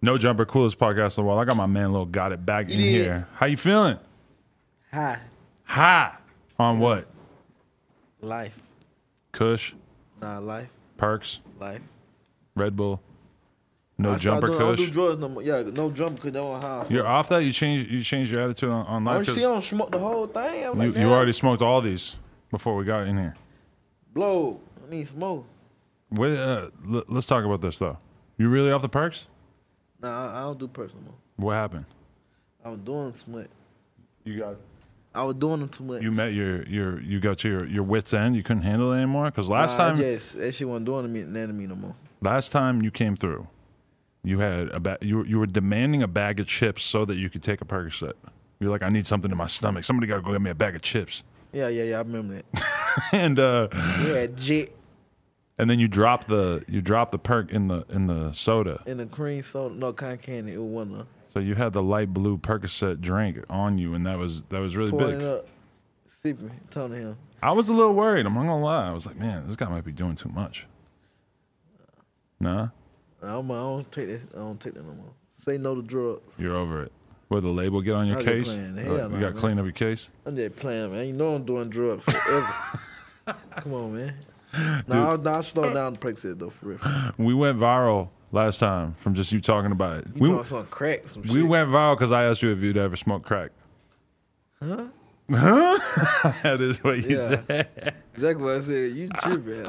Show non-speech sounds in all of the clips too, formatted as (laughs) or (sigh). No jumper, coolest podcast on the wall. I got my man, little got it back in Yeah. here. How you feeling? Hi, High on what? life. Kush, Nah, life, perks, life. Red Bull. No I stopped jumper, doing- I don't Kush. do drugs no more. Yeah, no jump because that was high. You're off that. You change. You change your attitude on, on I life. don't 'cause see I don't smoke the whole thing. I'm you, like, you damn, already smoked all these before we got in here. blow. I need smoke. Wait, uh, l- let's talk about this though. You really off the perks? Nah, I, I don't do personal. more. What happened? I was doing too much. You got I was doing them too much. you met your your you got to your your wits end. You couldn't handle it anymore. Because Nah, last I time just that shit wasn't doing to me, nothing to me no more. last time you came through, you had a ba- you were- you were demanding a bag of chips so that you could take a Percocet. You're like, I need something in my stomach. Somebody got to go get me a bag of chips. (laughs) Yeah, yeah, yeah. I remember that. and uh, yeah, jet and then you drop the you drop the perk in the in the soda. and the cream soda, no cotton candy. It was one of them. So you had the light blue Percocet drink on you, and that was that was really pouring it big. up, sipping, telling him. I was a little worried. I'm not gonna lie. I was like, man, this guy might be doing too much. Nah, I'm, I don't take that. I don't take that no more. Say no to drugs. you're over it. Will the label get on your I was just case? playing. Uh, Hell you no, got to man. clean up your case. I'm just playing, man. You know I'm doing drugs (laughs) forever. Come on, man. Nah, I'll, I'll slow down the Brexit though, for real. We went viral last time from just you talking about it. You we talking some crack, some we shit. went viral because I asked you if you'd ever smoked crack. Huh? Huh? (laughs) that is what you Yeah. said. Exactly what I said. You tripping.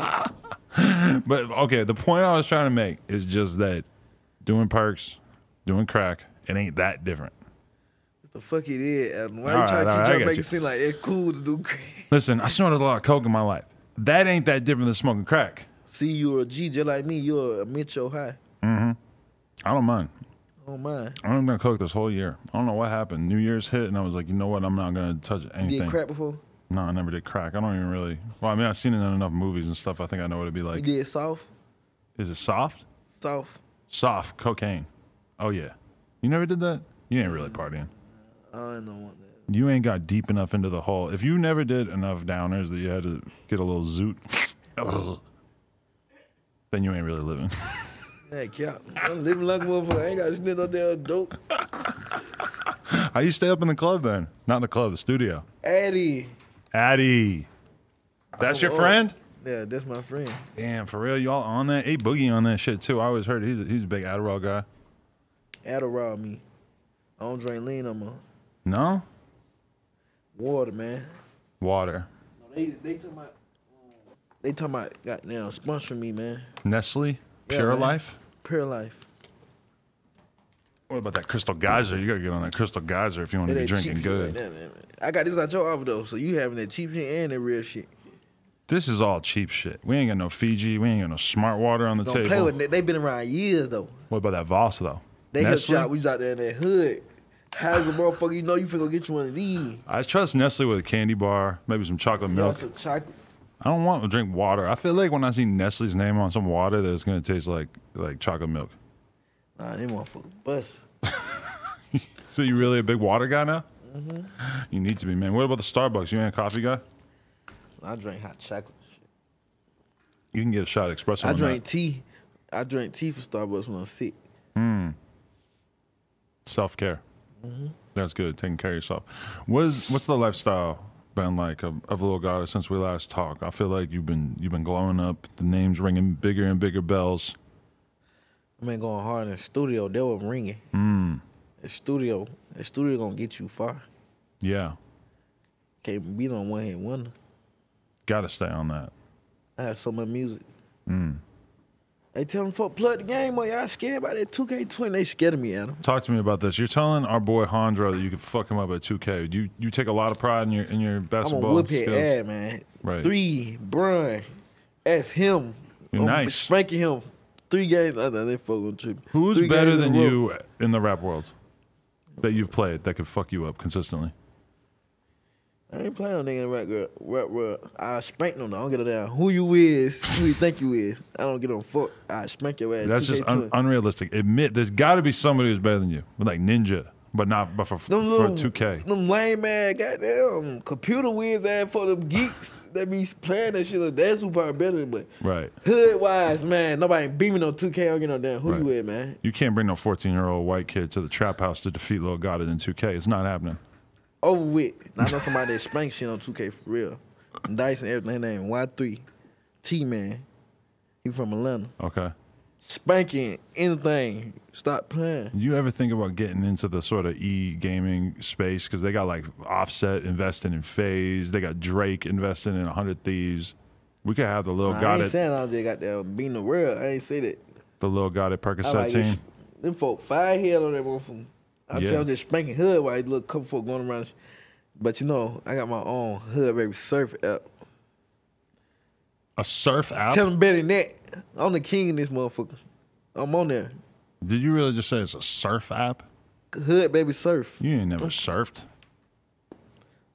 But okay, the point I was trying to make is just that doing perks, doing crack, it ain't that different. What the fuck it is, Adam? Why All you right, trying all to right, keep I got trying to make you. it seem like it's cool to do crack? (laughs) Listen, I snorted a lot of coke in my life. That ain't that different than smoking crack. See, you're a G just like me. You're a Mitchell High. I don't mind. Oh my. i am gonna coke this whole year. I don't know what happened. New Year's hit, and I was like, you know what? I'm not gonna touch You anything. did crack before? No, I never did crack. I don't even really. Well, I mean, I've seen it in enough movies and stuff. I think I know what it'd be You like. did soft? Is it soft? Soft. Soft cocaine. Oh yeah. You never did that. You ain't really partying. I don't want that. You ain't got deep enough into the hole. If you never did enough downers that you had to get a little zoot, (laughs) ugh, then you ain't really living. Heck yeah. I'm living like a motherfucker. I ain't got to sniff no damn dope. How you stay up in the club then? Not in the club, the studio. Eddie. Addy. That's your friend? Yeah, that's my friend. Damn, for real, y'all on that? A Boogie on that shit too. I always heard he's a, he's a big Adderall guy. Adderall me. I don't drink lean no more. No? Water, man. Water. They, they talking about. They talking about goddamn sponsor me, man. Nestle? Yeah, Pure man. Life? Pure life. What about that Crystal Geyser? You gotta get on that Crystal Geyser if you want It to be ain't drinking cheap shit good. like that, man. I got this out your offer though, so you having that cheap shit and that real shit. This is all cheap shit. We ain't got no Fiji. We ain't got no smart water on the Don't table. play with it. They been around years though. What about that Voss though? They helped Nestle? you out. We was out there in that hood. How's the motherfucker you know you finna go get you one of these? I trust Nestle with a candy bar, maybe some chocolate Yeah, milk. some chocolate. I don't want to drink water. I feel like when I see Nestle's name on some water, that it's gonna taste like like chocolate milk. Nah, they motherfucker bust. So you really a big water guy now? Mm-hmm. You need to be, man. What about the Starbucks? You ain't a coffee guy? I drink hot chocolate. Shit. You can get a shot of espresso. I on that. drink tea. I drink tea for Starbucks when I'm sick. self care. Mm-hmm. That's good. Taking care of yourself. What's what's the lifestyle been like of, of Little Goddess since we last talked? I feel like you've been you've been glowing up. The name's ringing bigger and bigger bells. I been going hard in the studio. They were ringing. Hmm. The studio, the studio gonna get you far. Yeah, Can't beat on one hit wonder. got to stay on that. I have so much music. Mm. They tell them fuck plug the game, boy. Y'all scared about that 2K20? They scared of me, Adam. Talk to me about this. You're telling our boy Hondro that you could fuck him up at 2K. You you take a lot of pride in your in your I'm gonna basketball whip his skills. ass, man. Right. Three, Brun. That's him. You're I'm nice. Spanking him. Three games. Uh, they fucking tripping. Who's Three better games in than a row. you in the rap world that you've played that could fuck you up consistently? I ain't playing no nigga in rap girl. Rap world. I spank them though. I don't get a damn who you is, who you think you is. I don't get on fuck. I spank your ass. That's just 2K20. un- unrealistic. Admit there's got to be somebody who's better than you, like Ninja but not but for Them for two K. Them lame man, goddamn computer wins ass for them geeks that be playing that shit. Like, that's who probably better than but Right. hood wise, man, nobody beaming no 2K or get no damn who Right. you with, man. You can't bring no fourteen year old white kid to the trap house to defeat Lil Goddard in two K. It's not happening. Over with. I know somebody that spank shit on 2K for real. Dice and everything name Y3. T man. He from Atlanta. Okay. Spanking anything. Stop playing. You ever think about getting into the sort of e gaming space because they got like Offset investing in Phase, they got Drake investing in hundred Thieves. We could have the Lil I ain't Goddard, saying I just got that beating the world. I ain't say that. the Lil Goddard Percocet I like this. team. Them folk five head on that motherfucker. I Yeah. tell them just spanking hood while these little couple folk going around. and sh- But you know, I got my own hood baby surf app. A surf app? Tell them better than that. I'm the king of this motherfucker. I'm on there. Did you really just say it's a surf app? Hood baby surf. Oh, You ain't never surfed.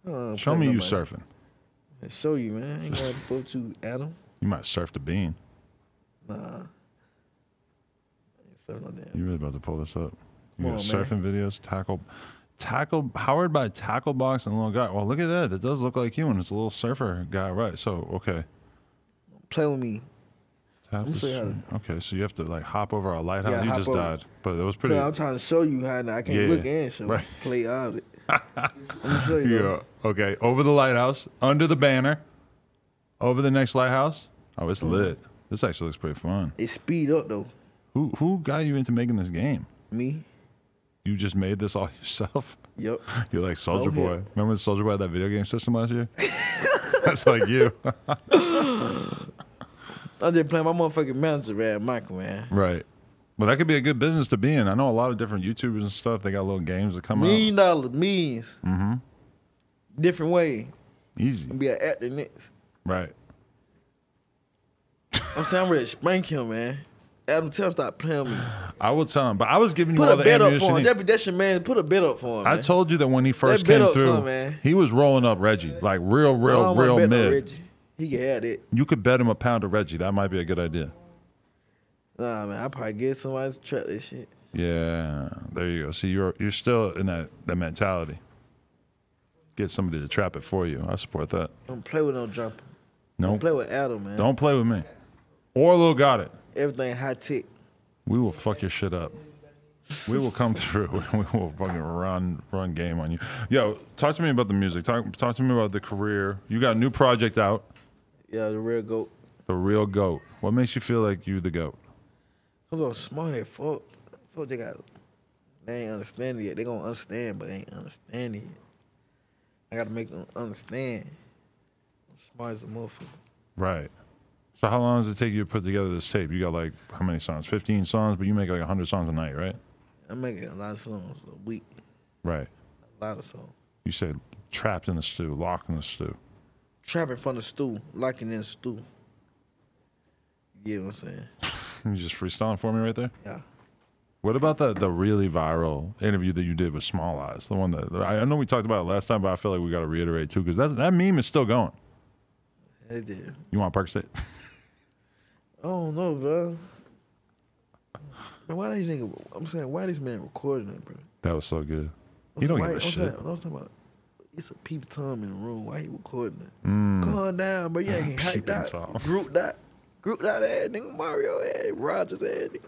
I don't Show play me you nobody. surfing. I show you, man. I (laughs) ain't gotta fuck you, Adam. You might surf the bean. Nah. I ain't surfing on that. You really about to pull this up? You Come got on, man. surfing videos, tackle, tackle, powered by Tackle Box and little guy. Well, look at that. That does look like you, and it's a little surfer guy, right? So okay. Play with me. Tap Let me the show you how screen. Okay, so you have to like hop over a lighthouse. Yeah, you hop just over. died, but it was Cause pretty. I'm trying to show you how now I can't Yeah, look and show. right. Play (laughs) all of it. I'm gonna show you. though. Yeah. Okay. Over the lighthouse, under the banner, over the next lighthouse. Oh, it's lit. This actually looks pretty fun. It speed up though. Who who got you into making this game? Me. You just made this all (laughs) yourself. Yep. (laughs) You're like Soldier Oh, yeah. Boy. Remember Soldier Boy had that video game system last year? (laughs) That's like (laughs) you. I just playing my motherfucking manager, Rad Michael, man. right. Well, that could be a good business to be in. I know a lot of different YouTubers and stuff. They got little games that come Million dollars, millions. Mm-hmm. Different way. out easy. Be an actor next. Right. I'm saying I'm ready to spank him, man. Adam Tell him stop playing me. I will tell him, but I was giving Put you all a the bid up ammunition. for he- him. That, that's your man. Put a bid up for him. I man. told you that when he first That bit came up through, some, man. he was rolling up Reggie, like real, I real, don't wanna real bet no mid. Reggie. He can have it. You could bet him a pound of Reggie. That might be a good idea. Nah, man. I probably get somebody to trap this shit. Yeah, there you go. See, you're you're still in that that mentality. Get somebody to trap it for you. I support that. Don't play with no jumper. No, Don't play with Adam, man. don't play with me. Or Lil got it. Everything high tech. We will fuck your shit up. We will come (laughs) through. and We will fucking run run game on you. Yo, talk to me about the music. Talk talk to me about the career. You got a new project out. Yeah, the real goat. The real goat. What makes you feel like you the goat? I'm so smart as fuck. Fuck, they got. They ain't understand it yet. They gonna understand, but they ain't understand it. yet. I gotta make them understand. I'm smart as a motherfucker. Right. So how long does it take you to put together this tape? You got like how many songs? Fifteen songs, but you make like hundred songs a night, right? I'm making a lot of songs a week. Right. A lot of songs. You said trapped in the stew, locked in the stew. Trapping from the stool, locking in the stool. You know what I'm saying? You just freestyling for me right there. Yeah. What about the the really viral interview that you did with Small Eyes? The one that I I know we talked about it last time, but I feel like we got to reiterate too because that that meme is still going. I did. You want Percocet? (laughs) I don't know, bro. Man, why these nigga? I'm saying, why this man recording it, bro? that was so good. I'm You don't give a saying, why- I'm shit. Saying, I'm talking about it's a peep time in the room. Why you recording it? Calm down, bro. You ain't hyped Mm. (sighs) Peep out. Tom. Group dot. Group dot ass nigga Mario ass Rogers ass nigga.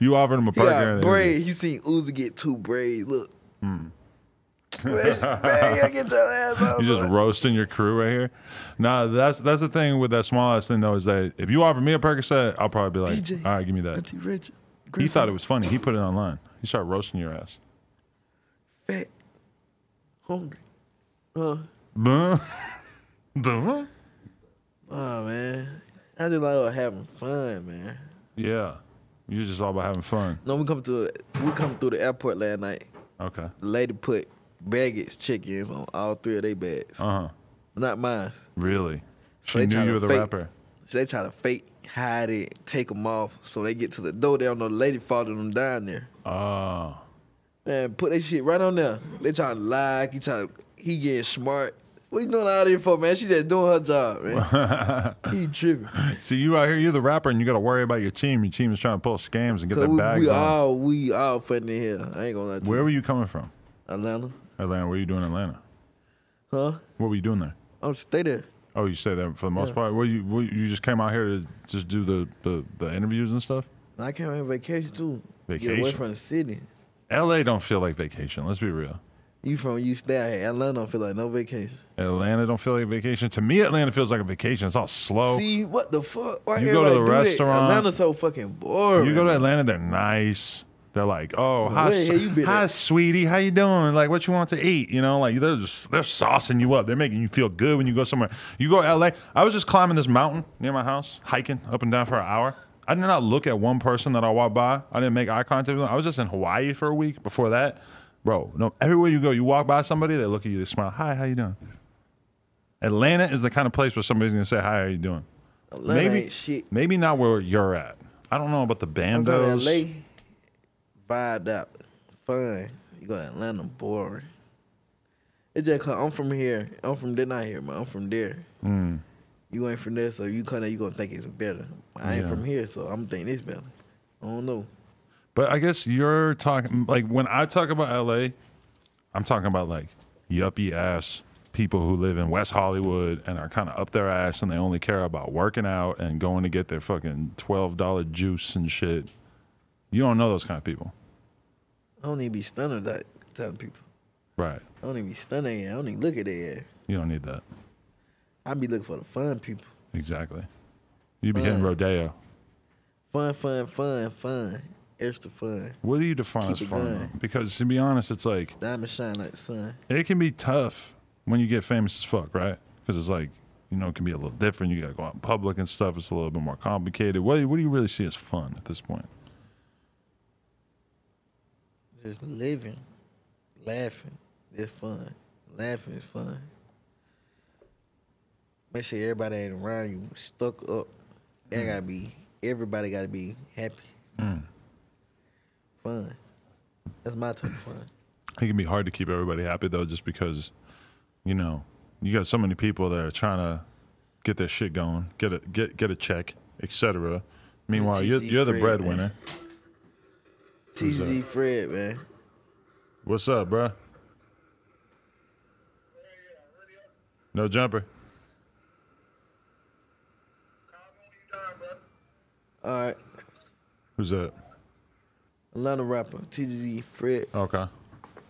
You offered him a He perk during got the interview. braid. He seen Uzi get two braids. Look. (laughs) Man, man, you get your ass out. Mm. (laughs) You just roasting your crew right here. Nah, that's that's the thing with that small ass thing though is that if you offer me a Percocet, I'll probably be like, DJ. all right, give me that. Auntie Rich. He thought it was funny. He put it online. He started roasting your ass. fat, hungry. Uh, Buh. Duh. oh man, I just like having fun, man. (laughs) yeah, you're just all about having fun. No, we come to we come through the airport last night. Okay. The lady put baggage check-ins on all three of their bags, Uh huh. not mine. Really? She They knew tryna you were the fake- rapper. So they try to fake, hide it, take them off. So they get to the door, they don't know the lady following them down there. Oh. Man, put that shit right on there. They trying to lie. He trying to, he getting smart. What you doing out here for, man? She just doing her job, man. he (laughs) tripping. (laughs) See, you out here, you're the rapper, and you got to worry about your team. Your team is trying to pull scams and get Cause their we, bags. we on. all we all fighting in here. I ain't gonna lie to Where you. were you coming from, Atlanta, Atlanta? What were you doing in Atlanta? huh? What were you doing there? I'm stay there. Oh, you stayed there for the most Yeah. part. Well, you were, you just came out here to just do the the, the interviews and stuff. I came on vacation too. Get away Vacation? from the city. L.A. don't feel like vacation. Let's be real. You from you stay out here. Atlanta don't feel like no vacation. Atlanta don't feel like vacation. To me, Atlanta feels like a vacation. It's all slow. See what the fuck? Why You go to the everybody do that? restaurant. Atlanta's so fucking boring. you go to Atlanta, they're nice. They're like, oh, hi, Where the hell you been hi, at? sweetie, how you doing? Like, what you want to eat? You know, like they're just they're saucing you up. They're making you feel good when you go somewhere. You go to LA. I was just climbing this mountain near my house, hiking up and down for an hour. I did not look at one person that I walked by. I didn't make eye contact with them. I was just in Hawaii for a week before that, bro. No, everywhere you go, you walk by somebody, they look at you, they smile, hi, how you doing? Atlanta is the kind of place where somebody's gonna say, hi, how you doing? Atlanta maybe- ain't shit. Maybe not where you're at. I don't know about the I'm going bandos. to LA, vibed out, fun. You go to Atlanta, boring. It's just cause I'm from here. I'm from they're not here, man. I'm from there. Mm. You ain't from there, so you come there, you gonna think it's better. I ain't Yeah. from here, so I'm thinking it's better. I don't know. But I guess you're talking like when I talk about LA, I'm talking about like yuppie ass people who live in West Hollywood and are kind of up their ass and they only care about working out and going to get their fucking twelve dollar juice and shit. You don't know those kind of people, I don't even be stunned at that telling people. right? I don't even be stunned at it. I don't even look at it. You don't need that I be looking for the fun people. exactly. You be hitting Fun. rodeo. Fun, fun, fun, fun. Extra fun. What do you define Keep as it fun? going. though? Because to be honest, it's like Diamond shine like the sun. it can be tough when you get famous as fuck, right? Because it's like, you know, it can be a little different. You got to go out in public and stuff. It's a little bit more complicated. What, what do you really see as fun at this point? Just living, laughing. It's fun. Laughing is fun. Make sure everybody ain't around you stuck up. That gotta be. Everybody gotta be happy. Fun. That's my type of fun. It can be hard to keep everybody happy, though, just because, you know, you got so many people that are trying to get their shit going, get a, get, get a check, etc. Meanwhile, It's you're, easy you're the for it, breadwinner. man. TZ Fred, man. What's up, bruh? No jumper. All right, Who's that? Atlanta rapper TZ Fred. Okay.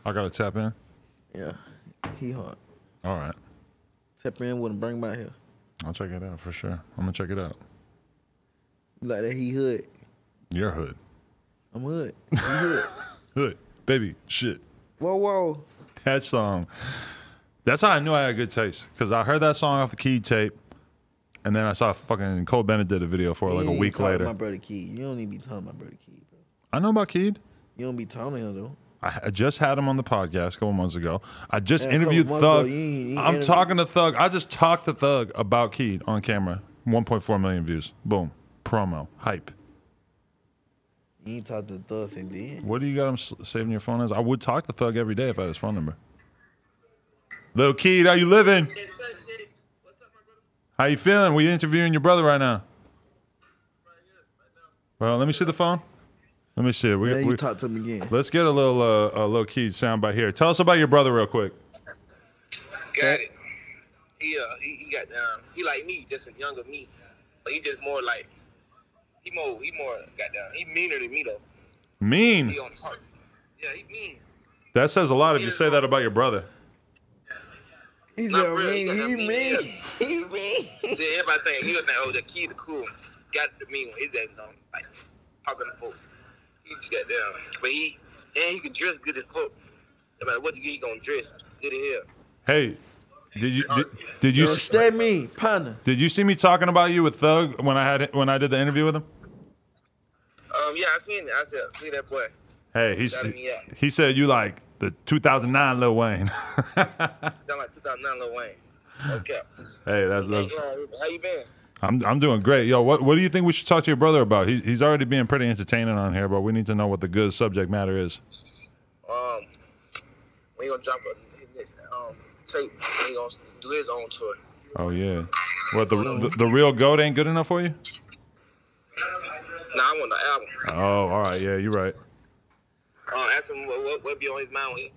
I got to tap in. Yeah, he hard. All right. Tap in with him, bring him out here. I'll check it out for sure. I'm gonna check it out. You Like that, he hood. Your hood, I'm hood. I'm hood. hood, baby, shit. Whoa, whoa. That song. That's how I knew I had good taste because I heard that song off the Key tape, and then I saw fucking Cole Bennett did a video for it like You a ain't week talking to later. My brother Key. You don't need to be talking to my brother Key, bro. I know about Keed. You don't be talking to him though. I I just had him on the podcast a couple months ago. I just Yeah, a couple interviewed months Thug. ago, you ain't- you ain't I'm interview- talking to Thug. I just talked to Thug about Keed on camera. 1.4 million views. Boom. Promo. Hype. You ain't talking to Thug since then. What do you got him s- saving your phone as? I would talk to Thug every day if I had his phone number. Lil Keed, how you living? How you feeling? We interviewing your brother right now. Well, let me see the phone. Let me see it. We, Then you we- talk to him again. let's get a little uh, a Lil Keed soundbite here. Tell us about your brother real quick. Got it. He uh he, he got um he like me, just a younger me. But he just more like he more he more goddamn he meaner than me though. Mean. He on top. Yeah, he mean. That says a lot if you say that about your brother. He Not said, real, he mean, said, he I'm mean. mean. He mean. See everybody think he was think, oh the key the cool. one. Got the mean one. His ass don't like talking to folks. He just got down. But he and he can dress good as fuck. No matter what you get, he gonna dress good in here. Hey, did you did, did (laughs) you Yo, stay me, partner. did you see me talking about you with Thug when I had when I did the interview with him? Um yeah, I seen it. I said, see that boy. Hey, he's, Shouting me out. he said you like the 2009 Lil Wayne. (laughs) Sound like 2009 Lil Wayne. Okay. hey, that's, Hey, that's uh, how you been? I'm I'm doing great, yo. What what do you think we should talk to your brother about? He's he's already being pretty entertaining on here, but we need to know what the good subject matter is. Um, we gonna drop a, his next um tape. And he gonna do his own tour. Oh yeah. What the, the the real goat ain't good enough for you? Nah, I want the album. Oh, all right. Yeah, you're right. Uh, ask him what, what what be on his mind when he,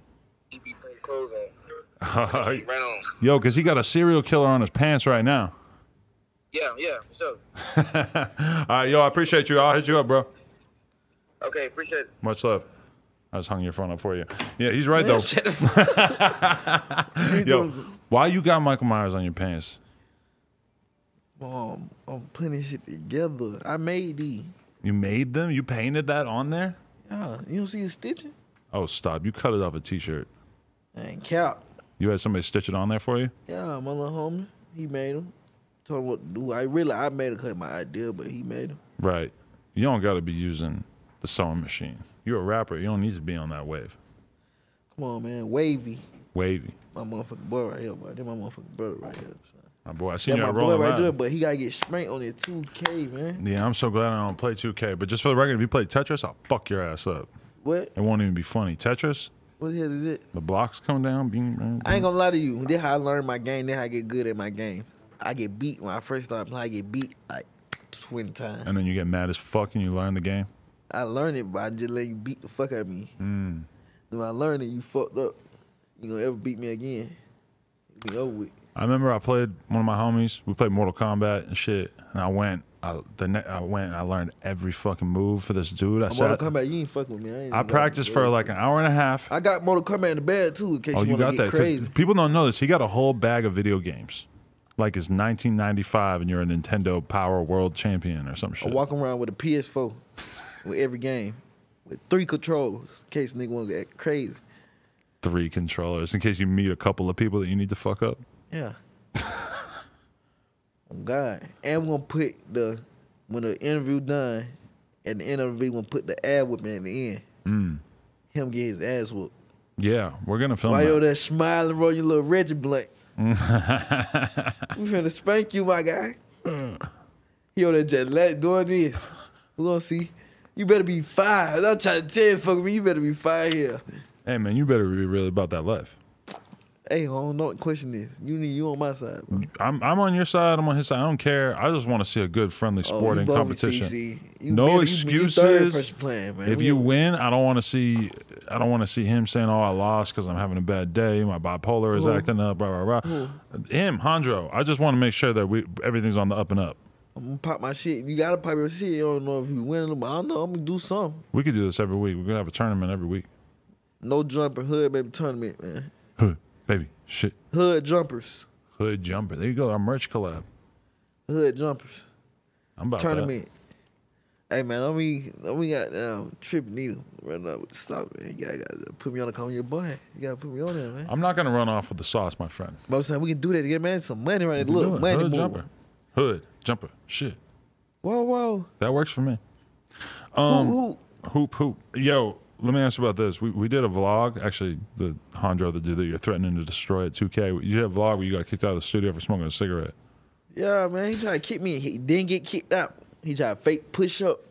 he be putting clothes on. She right on. (laughs) Yo, because he got a serial killer on his pants right now. Yeah, yeah, for sure. all right, yo, I appreciate you. I'll hit you up, bro. Okay, appreciate it. Much love. I just hung your phone up for you. Yeah, he's right though. (laughs) (laughs) Shut the fuck Yo, why you got Michael Myers on your pants? Mom, um, I'm putting shit together. I made these. You made them? You painted that on there? Yeah, you don't see the stitching? Oh, stop. You cut it off a t shirt. And Cap. You had somebody stitch it on there for you? Yeah, my little homie. He made them. Told him what to do. I really, I made it cut my idea, but he made them. Right. You don't got to be using the sewing machine. You're a rapper. You don't need to be on that wave. Come on, man. Wavy. Wavy. My motherfucking boy right here, bro. That my motherfucking brother right here. son. My boy, I That seen you my at boy Rolling right there, Loud. but he gotta get spanked on his 2K, man. Yeah, I'm so glad I don't play 2K. But just for the record, if you play Tetris, I'll fuck your ass up. What? It won't even be funny. Tetris, What the hell is it? the blocks come down. Beam, beam, I ain't gonna lie to you. This how I learned my game. This how I get good at my game. I get beat when I first start playing. I get beat like 20 times. and then you get mad as fuck and you learn the game. I learned it, but I just let you beat the fuck out of me. Mm. When I learned it, you fucked up. You gonna ever beat me again? It be over with. I remember I played one of my homies. We played Mortal Kombat and shit. And I went, I the ne- I went and I learned every fucking move for this dude. I Mortal sat, Kombat, you ain't fucking with me. I, ain't I even- practiced for like an hour and a half. I got Mortal Kombat in the bag too, in case Oh, you, you wanna got get that? 'Cause crazy. People don't know this. He got a whole bag of video games. Like it's 1995 and you're a Nintendo Power World Champion or some I shit. walk around with a PS4 with every game, with three controllers, in case nigga wanna get crazy. Three controllers in case you meet a couple of people that you need to fuck up. Yeah. (laughs) oh God. And we're gonna put the when the interview done, at the end of the video, we're gonna put the ad whipping at the end. Him get his ass whooped. Yeah, we're gonna film Why you that. that smiling, bro? You little (laughs) Reggie Blunt. we finna spank you, my guy. Yo, that just let doing this. We gonna see. You better be fired. I'm trying to tell you, fuck me. You better be fired here. Hey man, you better be really about that life. Hey, I don't know what question this. You need you on my side, bro. I'm I'm on your side. I'm on his side. I don't care. I just want to see a good, friendly Oh, sporting you both with competition. CC. No middle- excuses. You, you third person playing, man. If We you ain't- win, I don't want to see. I don't want to see him saying, "Oh, I lost because I'm having a bad day. My bipolar is acting up." Blah blah blah. Him, Hondro. I just want to make sure that we everything's on the up and up. I'm gonna pop my shit. You gotta pop your shit. You don't know if you winning them. I don't know. I'm gonna do something. We could do this every week. We're gonna have a tournament every week. No jumper, hood baby tournament, man. Hood, baby, shit, Hood jumpers, hood jumper. There you go. Our merch collab. hood jumpers I'm about that. tournament. Hey man, let me let me got um, trip needle right now. Stop, man. You gotta, gotta put me on the call your boy. You gotta put me on there, man. I'm not gonna run off with the sauce, my friend. But I'm saying we can do that again, man. Some money right We there. can Look, do it. money hood move. jumper, hood jumper, shit. Whoa, whoa. That works for me. Um, who, who? Hoop hoop. Yo, let me ask you about this. We we did a vlog. Actually, the Hondro, the dude that you're threatening to destroy at 2K. You did a vlog where you got kicked out of the studio for smoking a cigarette. Yeah, man, he tried to kick me. He didn't get kicked out. He tried to fake push up.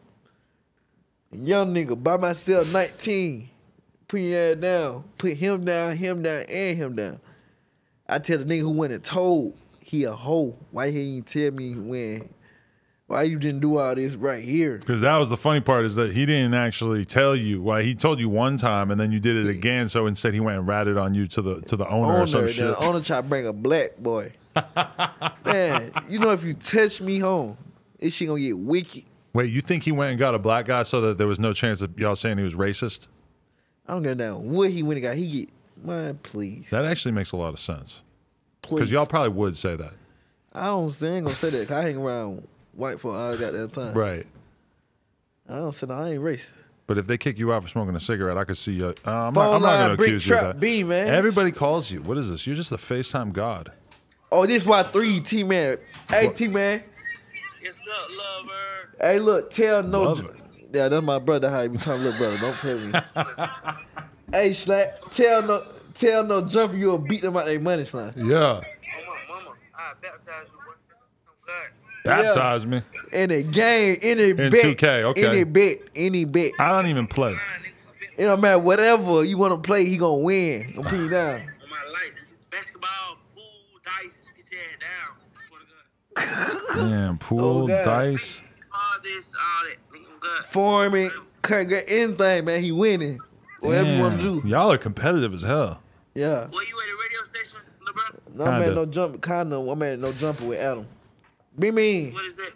Young nigga by myself, 19. Put your ass down. Put him down, him down, and him down. I tell the nigga who went and told he a hoe. Why he ain't tell me when? Why you didn't do all this right here? Because that was the funny part is that he didn't actually tell you. Why he told you one time and then you did it again. So instead, he went and ratted on you to the to the owner, or some Owner, shit. the owner try to bring a black (laughs) boy. man, you know if you touch me home, this shit gonna get wicked. Wait, you think he went and got a black guy so that there was no chance of y'all saying he was racist? I don't give a damn what he went and got. He get man, please. That actually makes a lot of sense. Please. Because y'all probably would say that, I don't say I ain't gonna say that. 'cause I hang around white folk all goddamn time. right? I don't say that. I ain't racist. But if they kick you out for smoking a cigarette, I could see you. Uh, I'm not, Phone I'm not line, going to brick accuse you of trap that. B, man. Everybody calls you. What is this? You're just the FaceTime god. Oh, this why three T man. Hey T man. What's up, lover? Hey, look, tell no. Love it. Yeah, that's my brother. How you be talking, little brother? Don't play with me. (laughs) hey, Slack, tell no, tell no jumper you'll beat them out their money, Slack. Yeah. Mama, mama, I baptize you, boy. I'm glad. Baptize me. In a game, any In bet, 2K, okay. any bet, any bet. I don't even play. Fine, nigga, you been It don't matter whatever you want to play, he gonna win. I'm putting you down. on my life. Basketball, that down. Swear to God. Damn, pool, God. dice. All this, all that. Nigga, I'm good. Foreman couldn't get anything, man. He winning. Whatever you want to Damn, do. Y'all are competitive as hell. (laughs) Yeah. Were you at a radio station, LeBron? No, I'm Kinda. at no jump. Kinda. I'm at no jumper with Adam. Be mean. What is that?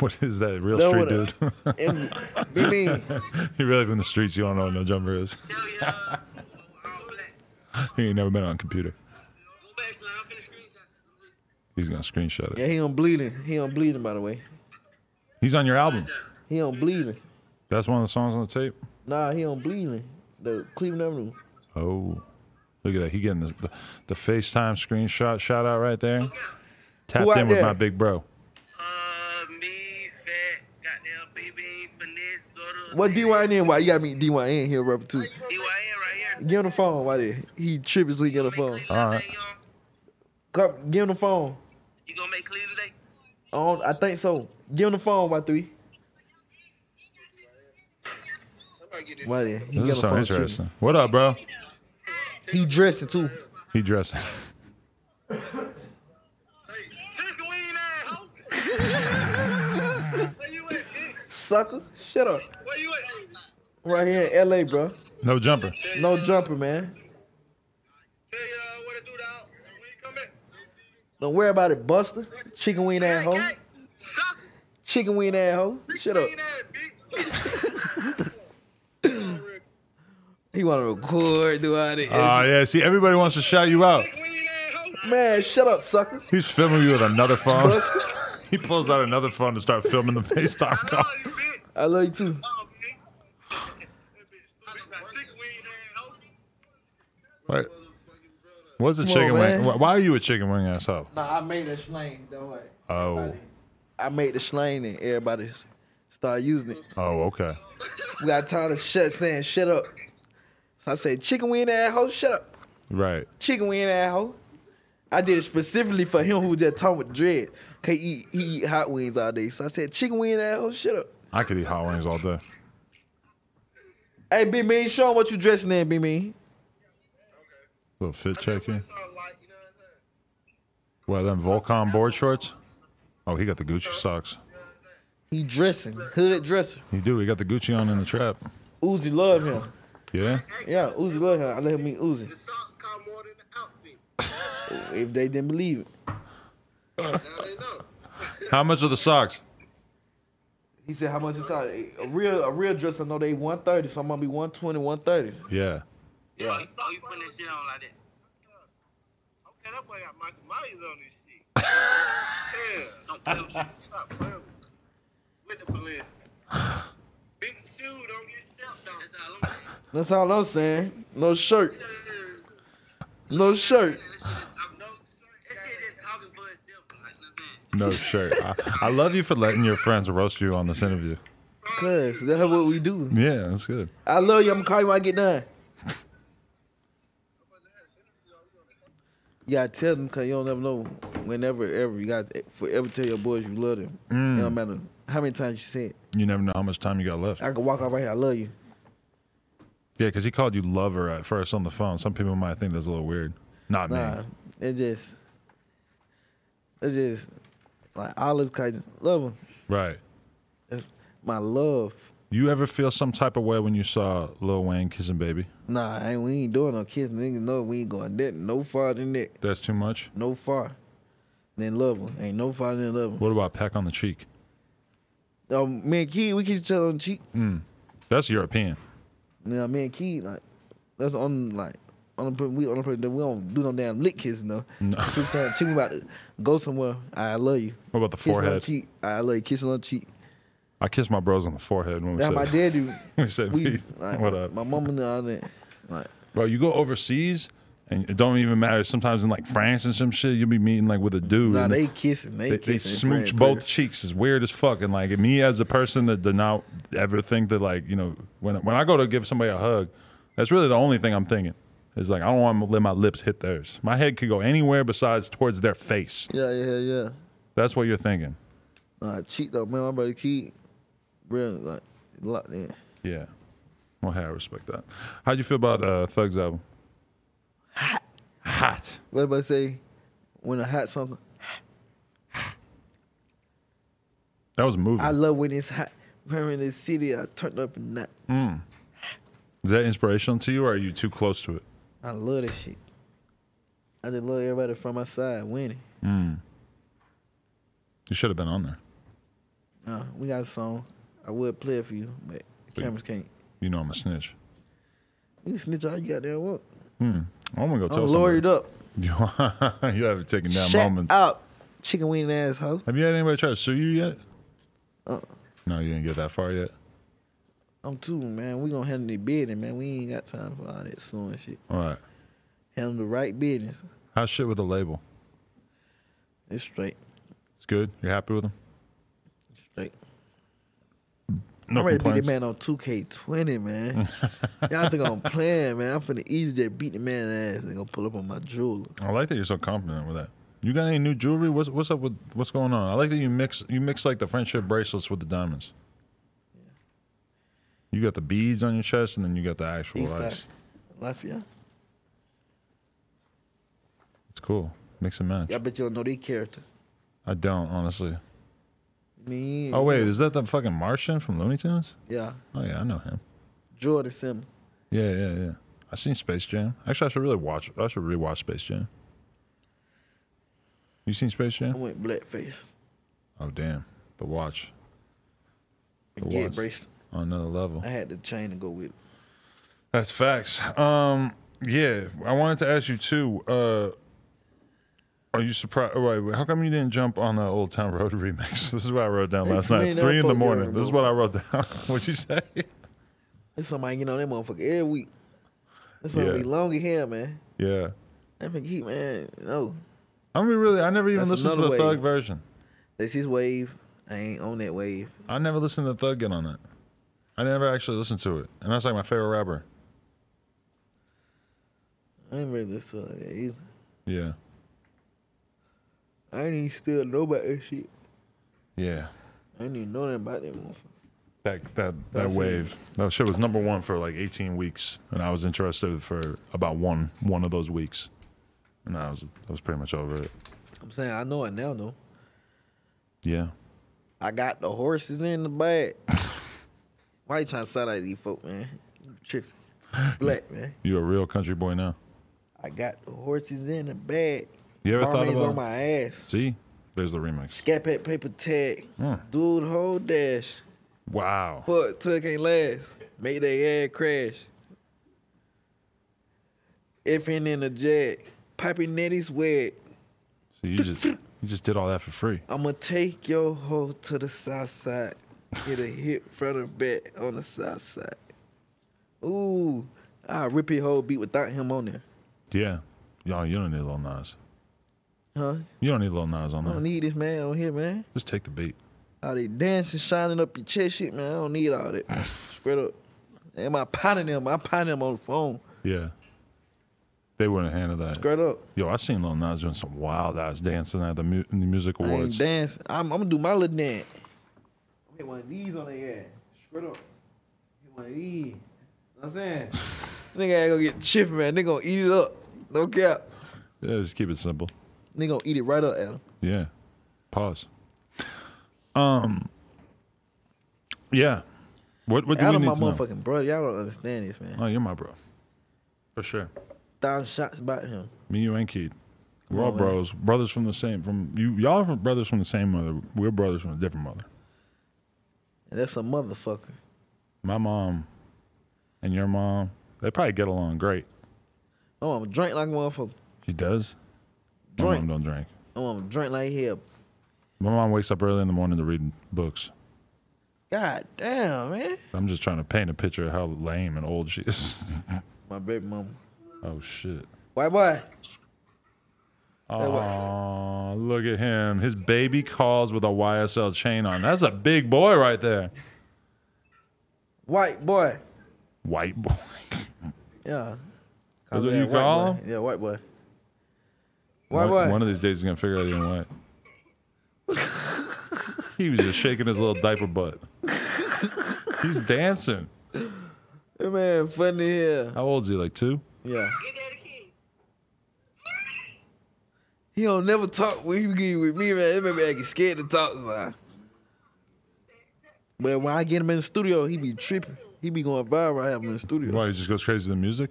What is that, real No, street what- dude? (laughs) And be mean. you really from the streets? You don't know what no jumper is. (laughs) Tell (laughs) you, uh, all black. He ain't never been on a computer. Go back, son. I'm finna screenshots. He's gonna screenshot it. Yeah, he on bleeding. He on bleeding, by the way. He's on your album. He on bleeding. That's one of the songs on the tape. Nah, he on bleeding. The Cleveland Avenue. Oh, look at that. He getting this, the, the FaceTime screenshot shout out right there. Tapped Who out in with there? my big bro. Uh, me, fat, goddamn, BB, finesse, go to. What DYN? Why you got me DYN here, rapper too? DYN right here. Give him the phone. Why did he trip his week on the phone? All right. Come, give him the phone. You gonna make Cleveland Day? I, don't, I think so. Give him the phone by three. Why did he This give is so him the phone? interesting. What up, bro? He dressing too. He dressing. (laughs) (laughs) Sucker. Shut up. Where you at? Right here in LA, bro. No jumper. No jumper, man. Tell you uh, what to do, dog. When you come back. Don't worry about it, Buster. Chicken wing ass hoe. Chicken wing ass hoe. Shut up. He wanna record, do all this. Oh, yeah. See, everybody wants to shout you out. (laughs) Man, shut up, sucker. He's filming you with another (laughs) phone. (laughs) he pulls out another phone to start filming the FaceTime (laughs) call. I love you too. What? What's a Come chicken on, wing? man. wh- Why are you a chicken wing asshole? Nah, I made that slang. Don't worry. Oh. I made the slang and everybody s- started using it. Oh, okay. We got tired of shut saying shut up. So I said, chicken wing ass hoe, shut up. Right. Chicken wing ass hoe. I did it specifically for him who just talking with dread. Cause he eat, he eat hot wings all day. So I said, chicken wing ass hoe, shut up. I could eat hot wings all day. Hey, B Mean, show him what you dressing in, B Mean. Little fit check in. What, them Volcom board shorts? Oh, he got the Gucci socks. He dressing, hood dresser. He do. He got the Gucci on in the trap. Uzi love him. Yeah. Yeah, Uzi love him. I let him meet Uzi. If they didn't believe it. How much are the socks? He said how much it's out. A real a real dresser know they 130, so I'm gonna be 120, 130. Yeah. Yeah. Oh, you putting this shit on like that? Okay, that boy got Michael Myers on this shit. yeah. Don't play with you. Stop playing with the police. Big shoe, don't get stepped on. That's all That's all I'm saying. I'm saying. No shirt. No shirt. No shirt. I, I love you for letting your friends roast you on this interview. Cause that's what we do. Yeah, that's good. I love you. I'm gonna call you when I get done. You gotta tell them cause you don't never know. Whenever ever you gotta forever tell your boys you love them. It don't matter how many times you say it. You never know how much time you got left. Yeah, I can walk out right here, I love you. 'cause he called you lover at first on the phone. Some people might think that's a little weird. Not me. Nah. It just it's just like all this kind of love them. Right. That's my love. You ever feel some type of way when you saw Lil Wayne kissing baby? Nah, I ain't, we ain't doing no kissing. Niggas know we ain't going that no farther than that. That's too much. No far than love 'em. Ain't no farther than love 'em. What about peck on the cheek? Um, me and Key, we kiss each other on the cheek. That's European. You know, me and Key, like, that's on like on the per- we on the per- we don't do no damn lick kissing though. (laughs) No. She's trying to cheat me about to go somewhere. I love you. What about the Kiss me on the forehead? cheek. I love you. Kissing on the cheek. I kissed my bros on the forehead when we That's how said, my dad (laughs) do. we said We, peace. like, what up? My mama and all that. Like, Bro, you go overseas and it don't even matter. Sometimes in like France and some shit, you'll be meeting like with a dude. nah, and they kissing. They, they, kissing. they smooch Pretty- both cheeks. It's weird as fuck. And like me as a person that did not ever think that like, you know, when when I go to give somebody a hug, that's really the only thing I'm thinking. It's like I don't want to let my lips hit theirs. My head could go anywhere besides towards their face. Yeah, yeah, yeah. That's what you're thinking. Nah, cheat though, man. My brother Key, real like locked in. Yeah. Well, hey, I respect that. How'd you feel about uh, Thug's album? Hot. Hot. What about say when a hot song? That was a movie. I love when it's hot. When I'm in the city, I turn up and not. Hmm. Is that inspirational to you, or are you too close to it? I love that shit. I just love everybody from my side winning. You should have been on there. Nah, we got a song. I would play it for you, but the cameras can't. You know I'm a snitch. You can snitch all you got there. What? I'm gonna go I'm tell somebody. lawyered up. You, (laughs) you haven't taken down Shut moments. up, chicken wing asshole. Have you had anybody try to sue you yet? Uh-uh. No, you didn't get that far yet. I'm too man. We gonna handle the business, man. We ain't got time for all that suing shit. All right. Handle the right business. How's shit with the label? It's straight, It's good. You're happy with them? straight. No I'm ready to beat complaints. the man on 2K20, man. Y'all think I'm playing, man? I'm finna easy just beat the man's ass and go pull up on my jeweler. I like that you're so confident with that. You got any new jewelry? What's what's up with what's going on? I like that you mix you mix like the friendship bracelets with the diamonds. You got the beads on your chest, and then you got the actual E5. ice. Left ya? It's cool. Mix and match. Yeah, I bet you don't know their character. I don't honestly. Me. Oh wait, is that the fucking Martian from Looney Tunes? Yeah. Oh yeah, I know him. Jordan Sim. Yeah, yeah, yeah. I seen Space Jam. Actually, I should really watch. I should really watch Space Jam. You seen Space I Jam? went blackface. Oh damn, the watch And was. get braced. on another level. I had the chain to go with it. That's facts. Um, yeah, I wanted to ask you too. Uh, are you surprised? Wait, wait, how come you didn't jump on the Old Town Road (laughs) remix? This is what I wrote down Hey, last three night, in the three in the motherfucker, morning. This is bro. what I wrote down. (laughs) What'd you say? There's somebody getting on that motherfucker every week. That's gonna Yeah. be long as hell, man. Yeah, I think he, man, no. I mean, really, I never even That's listened to the another way. Thug version. That's his wave. I ain't on that wave. I never listened to Thug get on it. I never actually listened to it, and that's like my favorite rapper. I ain't ready to listen to that either. Yeah, I ain't even still know about that shit. yeah. I didn't even know nothing about that motherfucker. That that that That's it. wave. That shit was number one for like 18 weeks, and I was interested for about one one of those weeks, and I was I was pretty much over it. I'm saying I know it now though. Yeah, I got the horses in (laughs) the bag. Why you trying to side out these folk, man? You tripping. Black man. you a real country boy now. I got the horses in the bag. You ever Barmaids thought about? on my ass. See, there's the remix. Scat pack paper tag. Mm. Dude whole dash. Wow, Fuck, twelve can't last. Make they ad crash. FN in the jet. Piping netties wet. so you just you just did all that for free. I'ma take your hoe to the south side. Get a hit front or back on the south side. Ooh, I rip your whole beat without him on there. Yeah, y'all, you don't need Lil Nas. Huh? You don't need Lil Nas on I don't there. need this man on here, man. Just take the beat. All they dancing, shining up your chest shit, man. I don't need all that. Spread up. And my potting them, I potting them on the phone. Yeah, they wouldn't handle that. Spread up. Yo, I seen Lil Nas doing some wild ass dancing at the, mu- the music I ain't awards. dancing. I'm, I'm gonna do my little dance. Hit one of these on their ass. Spread up. Hit one of these. Know what I'm saying? (laughs) Nigga ain't gonna get chipped, man. Nigga gonna eat it up. No cap. Yeah, just keep it simple. Nigga gonna eat it right up, Adam. Yeah. Pause. Um. Yeah. What What do Adam, we my need to know? motherfucking brother. Y'all don't understand this, man. Oh, you're my bro. For sure. Thousand shots about him. Me, you, and Keith. We're all on, man. bros, brothers from the same from you. Y'all are brothers from the same mother. We're brothers from a different mother. And that's a motherfucker. My mom and your mom, they probably get along great. Oh, I'm drink like a motherfucker. She does. Drink. My mom don't drink. Oh, I'm drink like hell. My mom wakes up early in the morning to read books. God damn, man. I'm just trying to paint a picture of how lame and old she is. (laughs) My baby mama. oh shit. White boy. Oh, look at him. His baby calls with a YSL chain on. That's a big boy right there. White boy. White boy. Yeah. That's what Oh, Yeah, you white call boy. him? Yeah, white boy. White One, boy. one of these days he's going to figure out even what. (laughs) he was just shaking his little diaper butt. He's dancing. That man funny here. How old is he? Like two? Yeah. He don't never talk when he be with me, man. That man be acting scared to talk. Son. But when I get him in the studio, he be tripping. He be going viral. when I have him in the studio. Why he just goes crazy to the music?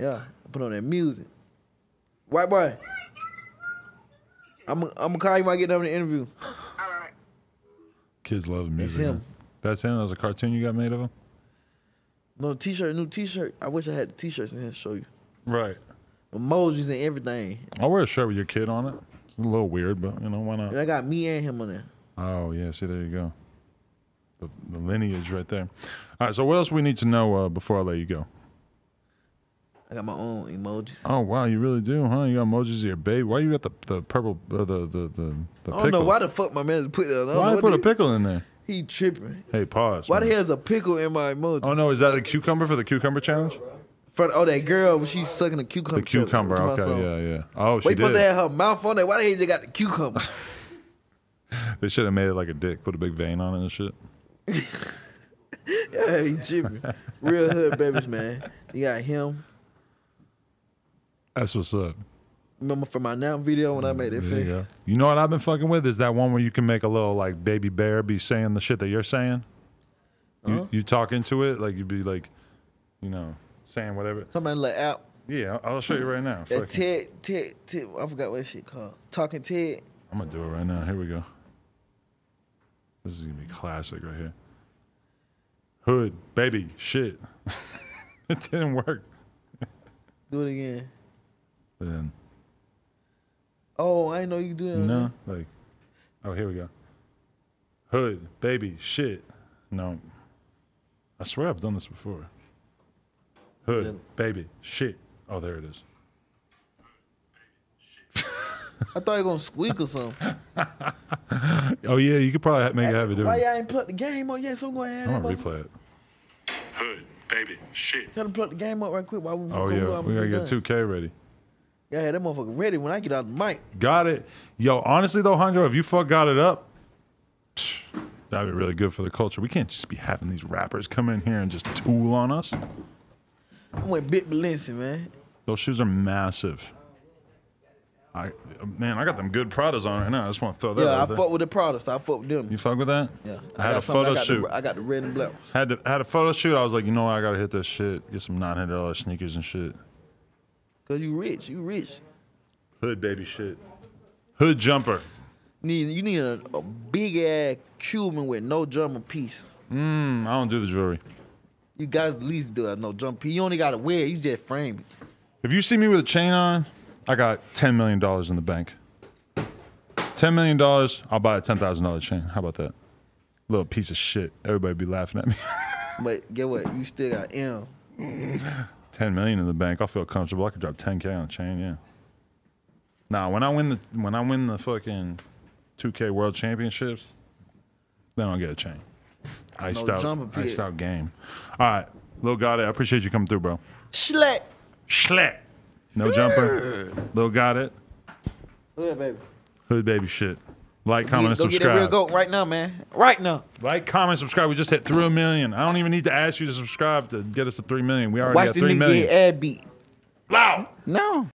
Yeah, I put on that music. White boy. I'm I'm gonna call you when I get done with the interview. All right. Kids love music. him. man. That's him. That was a cartoon you got made of him. No t-shirt, new t-shirt. I wish I had the t-shirts in here to show you. Right. Emojis and everything. I'll wear a shirt with your kid on it. It's a little weird, but you know why not? And I got me and him on there. Oh yeah, see there you go. The, the lineage right there. All right, so what else we need to know uh, before I let you go? I got my own emojis. Oh wow, you really do, huh? You got emojis of your baby. Why you got the the purple uh, the the the the pickle? I don't know Oh, why the fuck my man put that. I don't Why know you what put a pickle in there? the- He tripping. Hey, pause. Why the man. hell's a pickle in my emoji? Oh no, is that the cucumber for the cucumber challenge? For, oh, that girl, she's sucking a cucumber. The cucumber. To my Okay, song. yeah, yeah. Oh, she Why you supposed to did. have her mouth on there? Why the hell you got (laughs) the cucumber? They should have made it like a dick, put a big vein on it and shit. yeah, he tripping. Real hood babies, man. You got him. That's what's up. Remember from my now video when I made that There you face? go. You know what I've been fucking with is that one where you can make a little like baby bear be saying the shit that you're saying. You you talk into it like you'd be like, you know, saying whatever. Somebody like out. Yeah, I'll I'll show you right now. That Fucking- Ted, Ted, Ted, I forgot what that shit called. Talking Ted. I'm gonna do it right now. Here we go. This is gonna be classic right here. Hood baby shit. (laughs) it didn't work. Do it again. Then Oh, I didn't know you could do that. you man. know like, oh here we go. Hood baby shit. No, I swear I've done this before. Hood baby shit. Oh there it is. I thought you were gonna squeak or something. (laughs) Oh yeah, you could probably ha- make it have a Why different. y'all ain't plug the game up yet? So I'm going to add I'm that. gonna motherfucker. replay it. Hood, baby, shit. Tell them to plug the game up right quick. While we Oh yeah, we gotta get 2K ready. Yeah, that motherfucker ready when I get out the mic. Got it. Yo, honestly though, Hongo, if you fuck got it up, psh, that'd be really good for the culture. We can't just be having these rappers come in here and just tool on us. I went bit Balenci, man. Those shoes are massive. I man, I got them good Pradas on right now. I just want to throw that. Yeah, I out there. fuck with the products. I fuck with them. You fuck with that? Yeah, I had a something, photo I got shoot. The, I got the red and black. ones. Had to had a photo shoot. I was like, you know what? I gotta hit this shit. Get some nine hundred dollars sneakers and shit. Cause you rich, you rich. Hood baby shit. Hood jumper. Need you need a, a big ass Cuban with no drummer piece. Mm, I don't do the jewelry. You guys at least do a no drum piece. You only gotta wear it. You just frame it. If you see me with a chain on, I got ten million dollars in the bank. Ten million dollars, I'll buy a ten thousand dollar chain. How about that? Little piece of shit. Everybody be laughing at me. (laughs) But get what? You still got M. ten million in the bank, I'll feel comfortable. I could drop ten K on a chain, yeah. Nah, when I win the when I win the fucking two K world championships, then I'll get a chain. Iced No jumper out pit. iced out game. All right. Lil Gotti, I appreciate you coming through, bro. Schlack. Schlack. No jumper. Lil Gotti. Yeah, baby. Hood baby shit. Like, comment, and go get that real subscribe. goat right now, man. Right now. Like, comment, subscribe. We just hit three million. I don't even need to ask you to subscribe to get us to three million. We already Watch got this three nigga million. get ad beat. Loud. No.